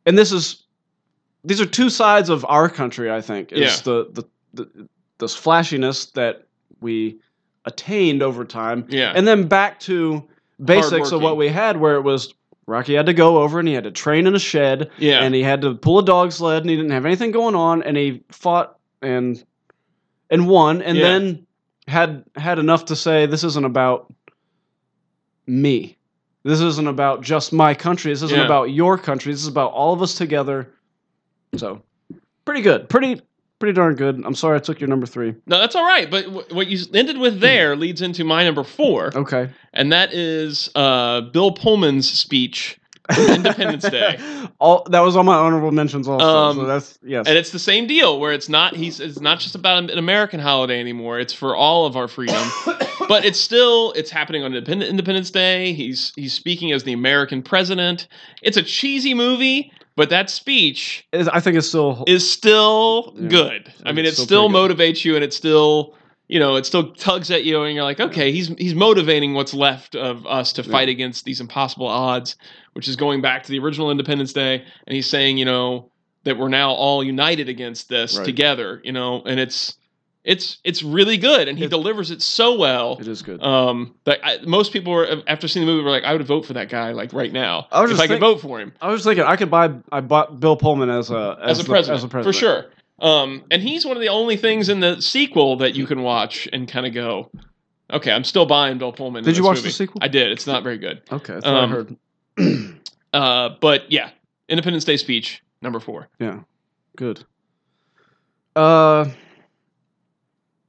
and this is these are two sides of our country I think is Yeah. the, the the this flashiness that we attained over time Yeah. and then back to basics of what Hardworking. we had, where it was Rocky had to go over and he had to train in a shed yeah. and he had to pull a dog sled and he didn't have anything going on and he fought and and won and Yeah. then had had enough to say this isn't about me. This isn't about just my country. This isn't Yeah. about your country. This is about all of us together. So, pretty good. Pretty pretty darn good. I'm sorry I took your number 3. no, that's all right. But wh- what you ended with there leads into my number four, Okay. and that is uh, Bill Pullman's speech, Independence Day. All that was on my honorable mentions also. Um, so that's yes. and it's the same deal where it's not he's it's not just about an American holiday anymore. It's for all of our freedom. but it's still it's happening on Independ- Independence Day. He's he's speaking as the American president. It's a cheesy movie, but that speech Is- I think it's still is still Yeah. good. I It's mean, it still still pretty motivates you, and it still you know it still tugs at you, and you're like, okay, he's he's motivating what's left of us to Yeah. fight against these impossible odds, which is going back to the original Independence Day, and he's saying, you know, that we're now all united against this Right. together, you know, and it's It's it's really good, and he It- delivers it so well. It is good. Um, that I, most people were after seeing the movie were like, I would vote for that guy like right now I was if just I could think- vote for him I was thinking I could buy I bought Bill Pullman as a as, a the- president, as a president for sure. Um, and he's one of the only things in the sequel that you can watch and kind of go, okay, I'm still buying Bill Pullman. in Did you this watch movie." the sequel? I did. It's not very good. okay, that's Um, what I heard. Uh, but yeah, Independence Day speech number four. good. Uh,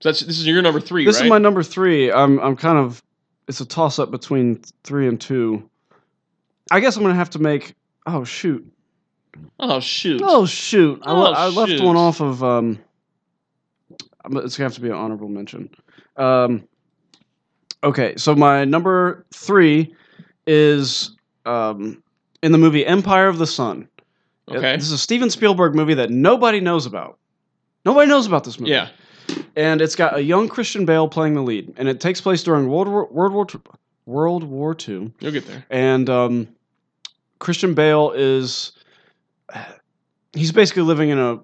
So that's this is your number three, this right? is my number three. I'm I'm kind of it's a toss up between three and two. I guess I'm gonna have to make. Oh shoot! oh shoot! Oh shoot! I, le- Oh, I left shoot. one off of. Um, I'm- it's gonna have to be an honorable mention. Um, okay, so my number three is um, in the movie Empire of the Sun. It- okay. this is a Steven Spielberg movie that nobody knows about. Nobody knows about this movie Yeah. and it's got a young Christian Bale playing the lead, and it takes place during World War World War II, World War II, You'll get there. and um, Christian Bale is he's basically living in a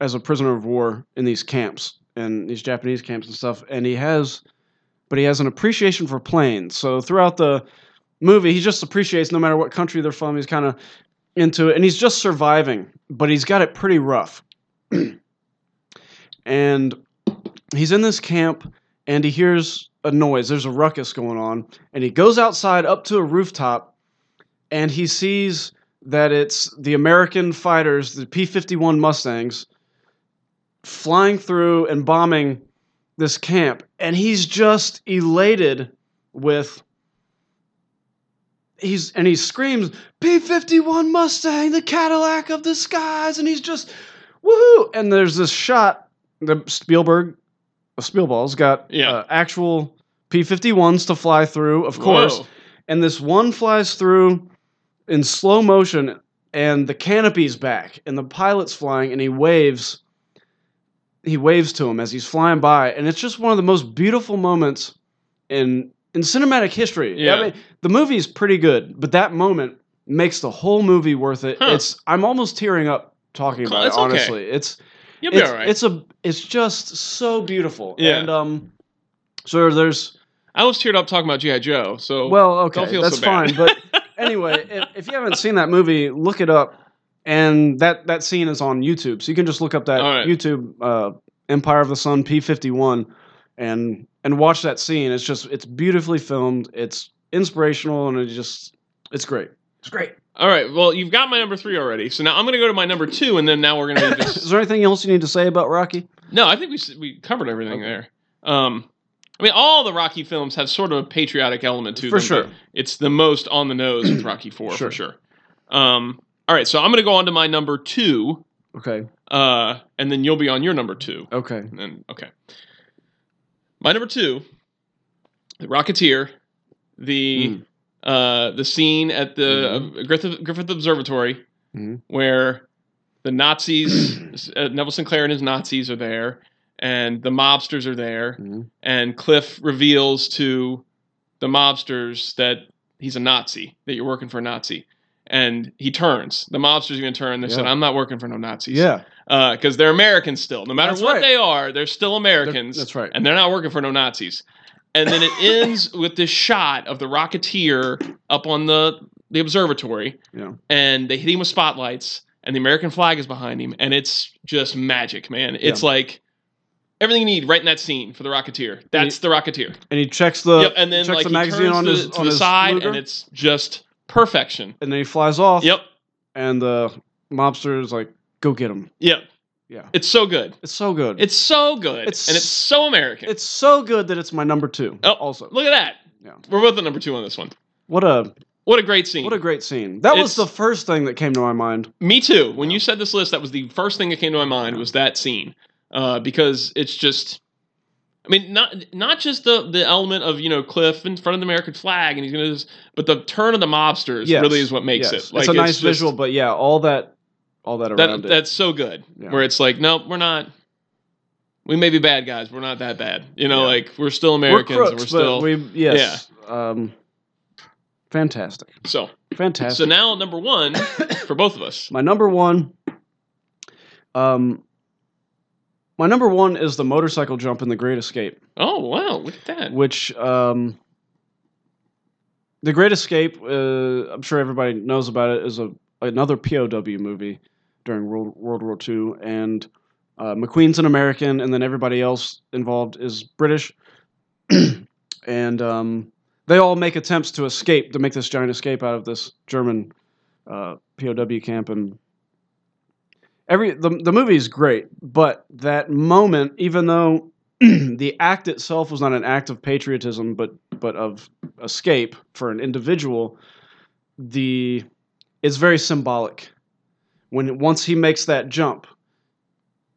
as a prisoner of war in these camps and these Japanese camps and stuff, and he has but he has an appreciation for planes. So throughout the movie, he just appreciates no matter what country they're from. He's kind of into it, and he's just surviving, but he's got it pretty rough. and he's in this camp, and he hears a noise. There's a ruckus going on, and he goes outside up to a rooftop, and he sees that it's the American fighters, the P-51 Mustangs, flying through and bombing this camp, and he's just elated with he's and he screams P51 Mustang, the Cadillac of the skies, and he's just woohoo! And there's this shot the Spielberg uh, Spielball's got Yeah. uh, actual P51s to fly through, of course, Whoa. and this one flies through in slow motion and the canopy's back and the pilot's flying and he waves he waves to him as he's flying by and it's just one of the most beautiful moments in in cinematic history Yeah. i mean the movie's pretty good but that moment makes the whole movie worth it Huh. it's i'm almost tearing up talking Cool, about that's it okay. honestly it's You'll be it's, all right. it's a it's just so beautiful Yeah. and um so there's I was teared up talking about GI Joe. So well, okay, feel that's so bad. fine. But anyway, if, if you haven't seen that movie, look it up. And that that scene is on YouTube, so you can just look up that All right. YouTube uh, Empire of the Sun P fifty one, and and watch that scene. It's just it's beautifully filmed. It's inspirational, and it just it's great. It's great. all right. Well, you've got my number three already. So now I'm going to go to my number two, and then now we're going to just Is there anything else you need to say about Rocky? No, I think we s- we covered everything there. Um, I mean, all the Rocky films have sort of a patriotic element to For them. sure. but It's the most on the nose with Rocky Four Sure. for sure. Um, all right, so I'm going to go on to my number two, Okay. uh, and then you'll be on your number two. Okay. And then, okay, my number two, the Rocketeer, the Mm. uh, the scene at the Hmm. uh, Griffith, Griffith Observatory Mhm. where the Nazis, uh, Neville Sinclair and his Nazis are there, and the mobsters are there, Mhm. and Cliff reveals to the mobsters that he's a Nazi, that you're working for a Nazi. And he turns. The mobsters are going to turn. They said, Yeah. "I'm not working for no Nazis." Yeah. because Uh, they're Americans still. No matter That's what right. they are, they're still Americans. They're- that's right. And they're not working for no Nazis. And then it ends with this shot of the Rocketeer up on the the observatory. Yeah. And they hit him with spotlights, and the American flag is behind him, and it's just magic, man. It's like everything you need right in that scene for the Rocketeer. That's the Rocketeer. And he checks the yep. And then checks like the he magazine turns on to, his the- to on the his side, Luger, and it's just perfection. and then he flies off. Yep. And the mobster is like, "Go get him." Yep. Yeah. It's so good. It's so good. It's so good. It's- and it's so American. It's so good that it's my number two. Oh. Also, Look at that. Yeah. We're both at number two on this one. what a What a great scene. what a great scene. That It's- was the first thing that came to my mind. Me too. When you said this list, that was the first thing that came to my mind was that scene uh, because it's just. I mean, not not just the, the element of you know Cliff in front of the American flag and he's gonna, just, but the turn of the mobsters Yes. really is what makes Yes. it. Like it's a nice just- visual, but yeah, all that, all that That around it. that's so good. Yeah. Where it's like, nope, we're not. We may be bad guys, but we're not that bad. You know, Yeah. like we're still we're Americans. crooks, and we're but still we yes. Um, fantastic, so. fantastic. So now number one for both of us. my number one. Um, my number one is the motorcycle jump in The Great Escape, Oh wow, look at that. which um, The Great Escape, uh, I'm sure everybody knows about it, is a another POW movie during World World War II, and uh, McQueen's an American, and then everybody else involved is British, and um, they all make attempts to escape to make this giant escape out of this German uh, POW camp, and every the the movie is great, but that moment, even though the act itself was not an act of patriotism, but but of escape for an individual, the it's very symbolic. When once he makes that jump,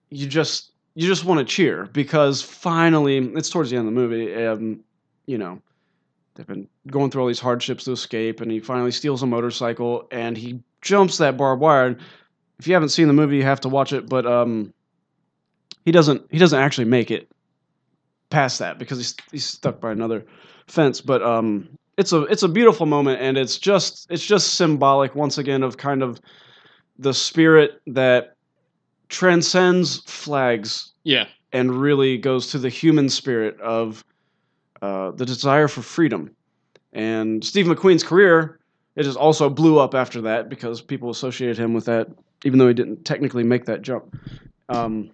you just you just want to cheer because finally it's towards the end of the movie. Um, you know, they've been going through all these hardships to escape, and he finally steals a motorcycle and he jumps that barbed wire. And if you haven't seen the movie, you have to watch it. But um, he doesn't he doesn't actually make it past that because he's he's stuck by another fence. But um, it's a it's a beautiful moment, and it's just it's just symbolic once again of kind of the spirit that transcends flags yeah. and really goes to the human spirit of uh, the desire for freedom. And Steve McQueen's career, it just also blew up after that because people associated him with that, even though he didn't technically make that jump. Um,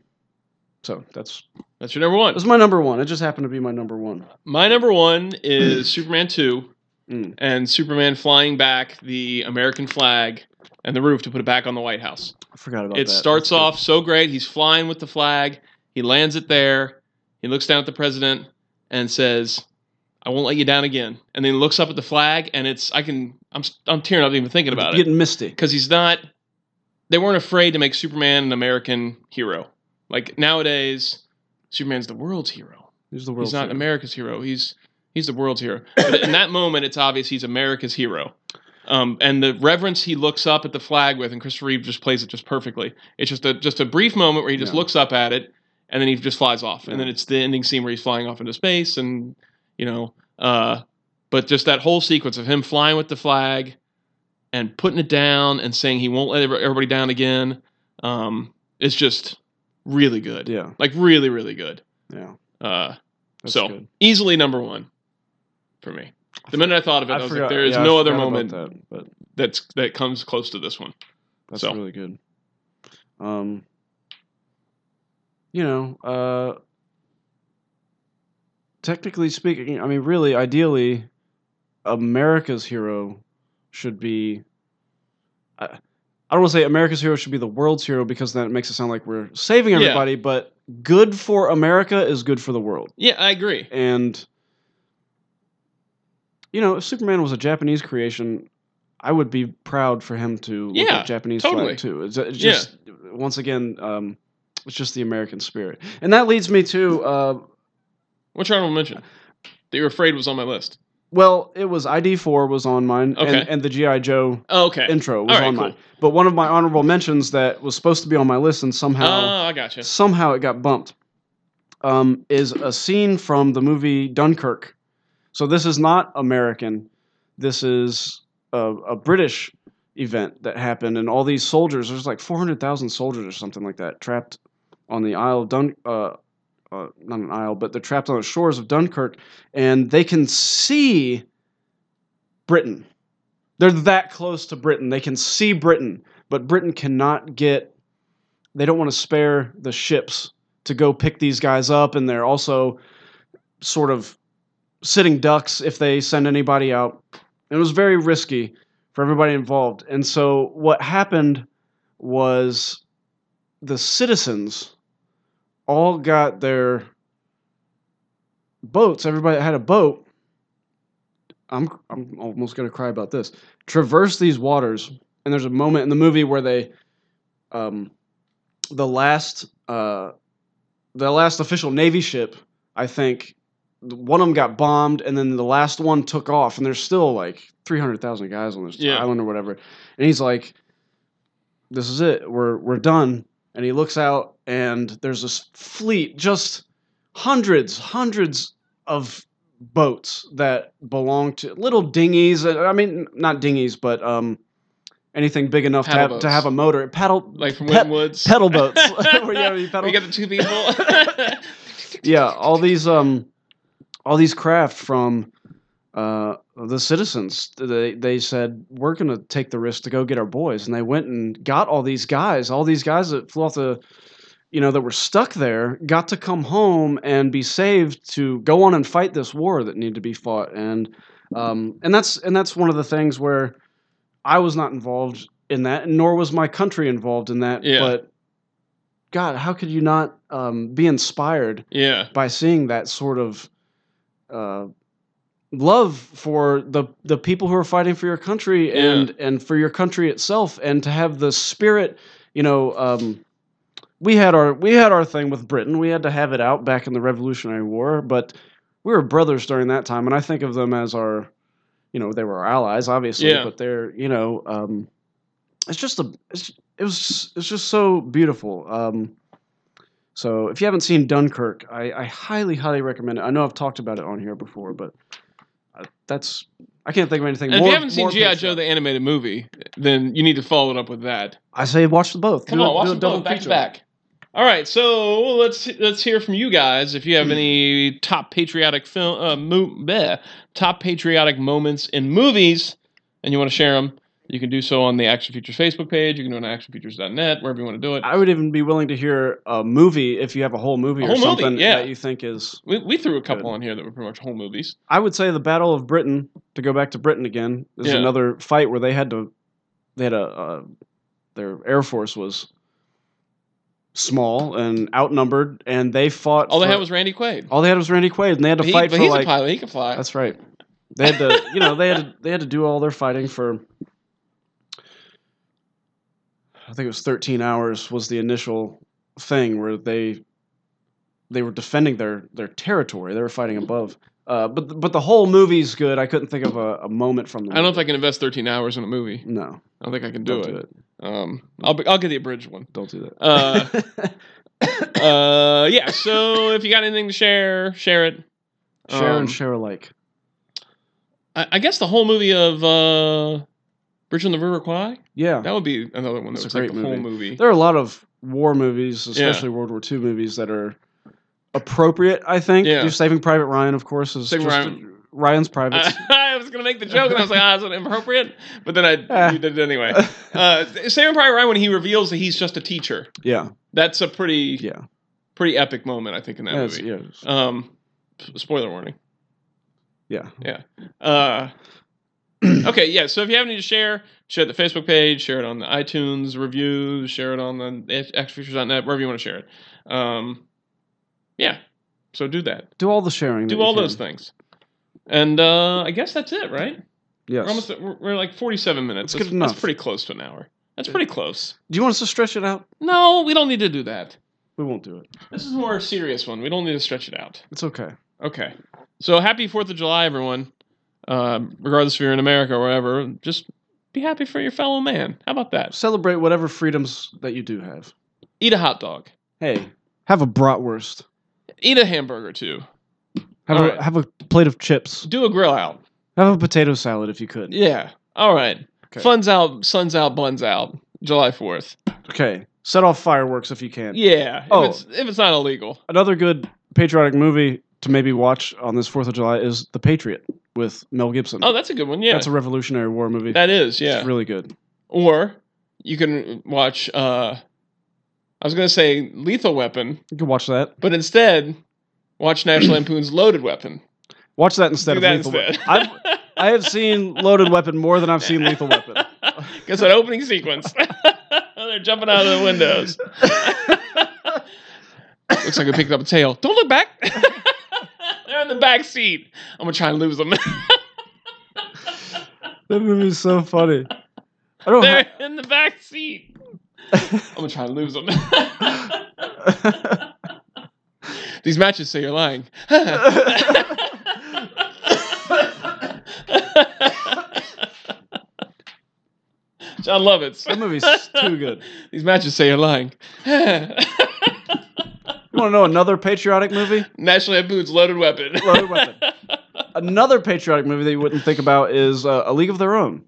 so that's That's your number one. that's my number one. It just happened to be my number one. My number one is Superman 2 Mm. and Superman flying back the American flag and the roof to put it back on the White House. I forgot about It that. starts That's good. off so great. He's flying with the flag. He lands it there. He looks down at the president and says, I won't let you down again. And then he looks up at the flag and it's, I can, I'm, I'm tearing up even thinking about it. Getting misty. Because he's not, they weren't afraid to make Superman an American hero. Like nowadays, Superman's the world's hero He's the world. he's not America's hero. He's he's the world's hero. But in that moment, it's obvious he's America's hero. Um, and the reverence he looks up at the flag with, and Christopher Reeve just plays it just perfectly. It's just a just a brief moment where he just Yeah. looks up at it, and then he just flies off. Yeah. And then it's the ending scene where he's flying off into space, and you know, uh, but just that whole sequence of him flying with the flag, and putting it down, and saying he won't let every- everybody down again. Um, it's just really good, Yeah, like really, really good. yeah. Uh, That's so good. easily number one for me. The minute I thought of it, I, was like, forgot- there is yeah, I no other forgot moment about that, but that's that comes close to this one. That's So. really good. Um, you know, uh, technically speaking, I mean, really, ideally, America's hero should be. I, I don't want to say America's hero should be the world's hero because then it makes it sound like we're saving Yeah. everybody, but good for America is good for the world. Yeah, I agree. And you know, if Superman was a Japanese creation, I would be proud for him to look Yeah, at Japanese totally. flag too. It's, it's Yeah. just once again, um, it's just the American spirit, and that leads me to uh, What's your honorable mention? That you're afraid was on my list. well, it was ID four was on mine, Okay. and, and the GI Joe Oh, okay. intro was All right, on cool. mine. But one of my honorable mentions that was supposed to be on my list and somehow Oh, I gotcha. somehow it got bumped um, is a scene from the movie dunkirk so this is not american this is a, a british event that happened and all these soldiers there's like 400000 soldiers or something like that trapped on the isle of Dun- uh, uh, not an isle but they're trapped on the shores of dunkirk and they can see britain they're that close to britain they can see britain but britain cannot get they don't want to spare the ships to go pick these guys up and they're also sort of sitting ducks if they send anybody out it was very risky for everybody involved and so what happened was the citizens all got their boats everybody that had a boat i'm i'm almost going to cry about this traverse these waters and there's a moment in the movie where they um, the last uh, the last official Navy ship, I think, one of them got bombed, and then the last one took off, and there's still like three hundred thousand guys on this Yeah. island or whatever. And he's like, "This is it. We're we're done." And he looks out, and there's this fleet, just hundreds, hundreds of uh, boats that belong to little dinghies. I mean, not dinghies, but um, anything big enough to Paddle have, boats. to have a motor. Paddle like from Pet- Wynton Woods. pedal boats. Where you have any pedal- We got the two people. yeah, all these um, all these craft from uh, the citizens. They they said we're going to take the risk to go get our boys, and they went and got all these guys. All these guys that flew off the, you know, that were stuck there, got to come home and be saved to go on and fight this war that needed to be fought. And um, and that's and that's one of the things where I was not involved in that, nor was my country involved in that. Yeah. But God, how could you not um, be inspired yeah, by seeing that sort of uh, love for the the people who are fighting for your country and and for your country itself, and to have the spirit, you know. Um, we had our we had our thing with Britain. We had to have it out back in the Revolutionary War, but we were brothers during that time, and I think of them as our, you know, they were our allies, obviously, Yeah. but they're you know, um, it's just a it's, it was it's just so beautiful. Um, so if you haven't seen Dunkirk, I, I highly, highly recommend it. I know I've talked about it on here before, but uh, that's I can't think of anything. And if more, you haven't seen more GI patriotic. Joe the animated movie, then you need to follow it up with that. I say watch the both. Come Do a- on, watch do a them double both back to feature. back. All right, so let's let's hear from you guys if you Hmm. have any top patriotic film, uh, mo- bleh, top patriotic moments in movies, and you want to share them. You can do so on the Action Futures Facebook page. You can do it on actionfutures.net, wherever you want to do it. I would even be willing to hear a movie if you have a whole movie A or whole movie, something yeah. that you think is. We, we threw a couple Good. on here that were pretty much whole movies. I would say the Battle of Britain. To go back to Britain again is Yeah. another fight where they had to, they had a, uh, their air force was small and outnumbered, and they fought. All they for- had was Randy Quaid. all they had was Randy Quaid, and they had to He- fight but for he's like a pilot. He can fly. That's right. They had to, you know, they had to, they had to do all their fighting for. I think it was 13 hours was the initial thing where they they were defending their their territory. They were fighting above. Uh, but the, but the whole movie's good. I couldn't think of a, a moment from the. I don't know if I can invest 13 hours in a movie. No, I don't think I can do, don't it. do it. Um, I'll be, I'll get the abridged one. Don't do that. Uh, uh, yeah. So if you got anything to share, share it. share um, and share alike. I, I guess the whole movie of uh, Bridge on the River Kwai Yeah, that would be another one that It's a was like the great whole movie. There are a lot of war movies, Yeah. especially World War II movies, that are appropriate. I think. Yeah. You're Saving Private Ryan, of course, is Saving just Ryan. Ryan's private. I, was gonna make the joke, and I was like, ah, it's inappropriate. But then I Ah. you did it anyway. Uh, Saving Private Ryan when he reveals that he's just a teacher. yeah, That's a pretty yeah, pretty epic moment, I think, in that yeah, it's- movie. yeah, it's- Um, s- spoiler warning. yeah. Uh, okay, yeah. So if you have any to share, share the Facebook page, share it on the iTunes reviews, share it on the xfeatures.net, wherever you want to share it. Um, yeah. So do that. Do all the sharing. Do that you all can. those things. And uh, I guess that's it, right? Yes. We're almost we're, we're like 47 minutes. That's good enough. pretty close to an hour. That's pretty close. do you want us to stretch it out? No, we don't need to do that. We won't do it. This is a more serious one. We don't need to stretch it out. It's okay. Okay. So happy Fourth of July, everyone. Um, regardless if you're in America or wherever, just be happy for your fellow man. How about that? Celebrate whatever freedoms that you do have. Eat a hot dog. Hey, have a bratwurst. Eat a hamburger too. Have All a right. have a plate of chips. Do a grill out. Have a potato salad if you could. Yeah. All right. Okay. Fun's out. Sun's out. Buns out. July Fourth. Okay. Set off fireworks if you can. Yeah. If Oh. it's if it's not illegal. another good patriotic movie to maybe watch on this Fourth of July is The Patriot with Mel Gibson. Oh, that's a good one. Yeah. that's a Revolutionary War movie. that is. Yeah. It's really good. or you can watch. uh I was gonna say Lethal Weapon, You can watch that. but instead watch National Lampoon's Loaded Weapon. Watch that instead Do of that Lethal instead. Weapon. I've, I have seen Loaded Weapon more than I've seen Lethal Weapon. Because that opening sequence, they're jumping out of the windows. Looks like we picked up a tail. Don't look back. they're in the back seat. I'm gonna try and lose them. That movie is so funny. I don't. they're in the back seat. I'm gonna try and lose them. ha- These matches say you're lying. John Lovitz. that movie's too good. These matches say you're lying. You want to know another patriotic movie? National Lampoon's Loaded Weapon. Loaded Weapon. Another patriotic movie that you wouldn't think about is uh, A League of Their Own.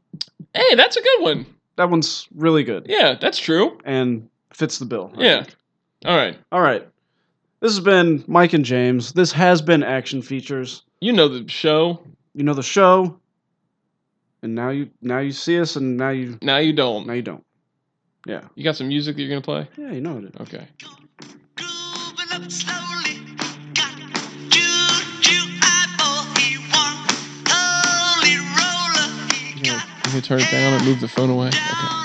hey, that's a good one. that one's really good Yeah, that's true. and fits the bill. I Yeah. think. All right. All right. This has been Mike and James. This has been Action Features. You know the show. You know the show. And now you now you see us and now you Now you now don't. you don't. Yeah. You got some music that you're gonna play? Yeah, you know it. Okay. Grooving up slowly, got juju eyeball. He one holy roller. He You got gonna, you gonna turn it down and move the phone away? Okay.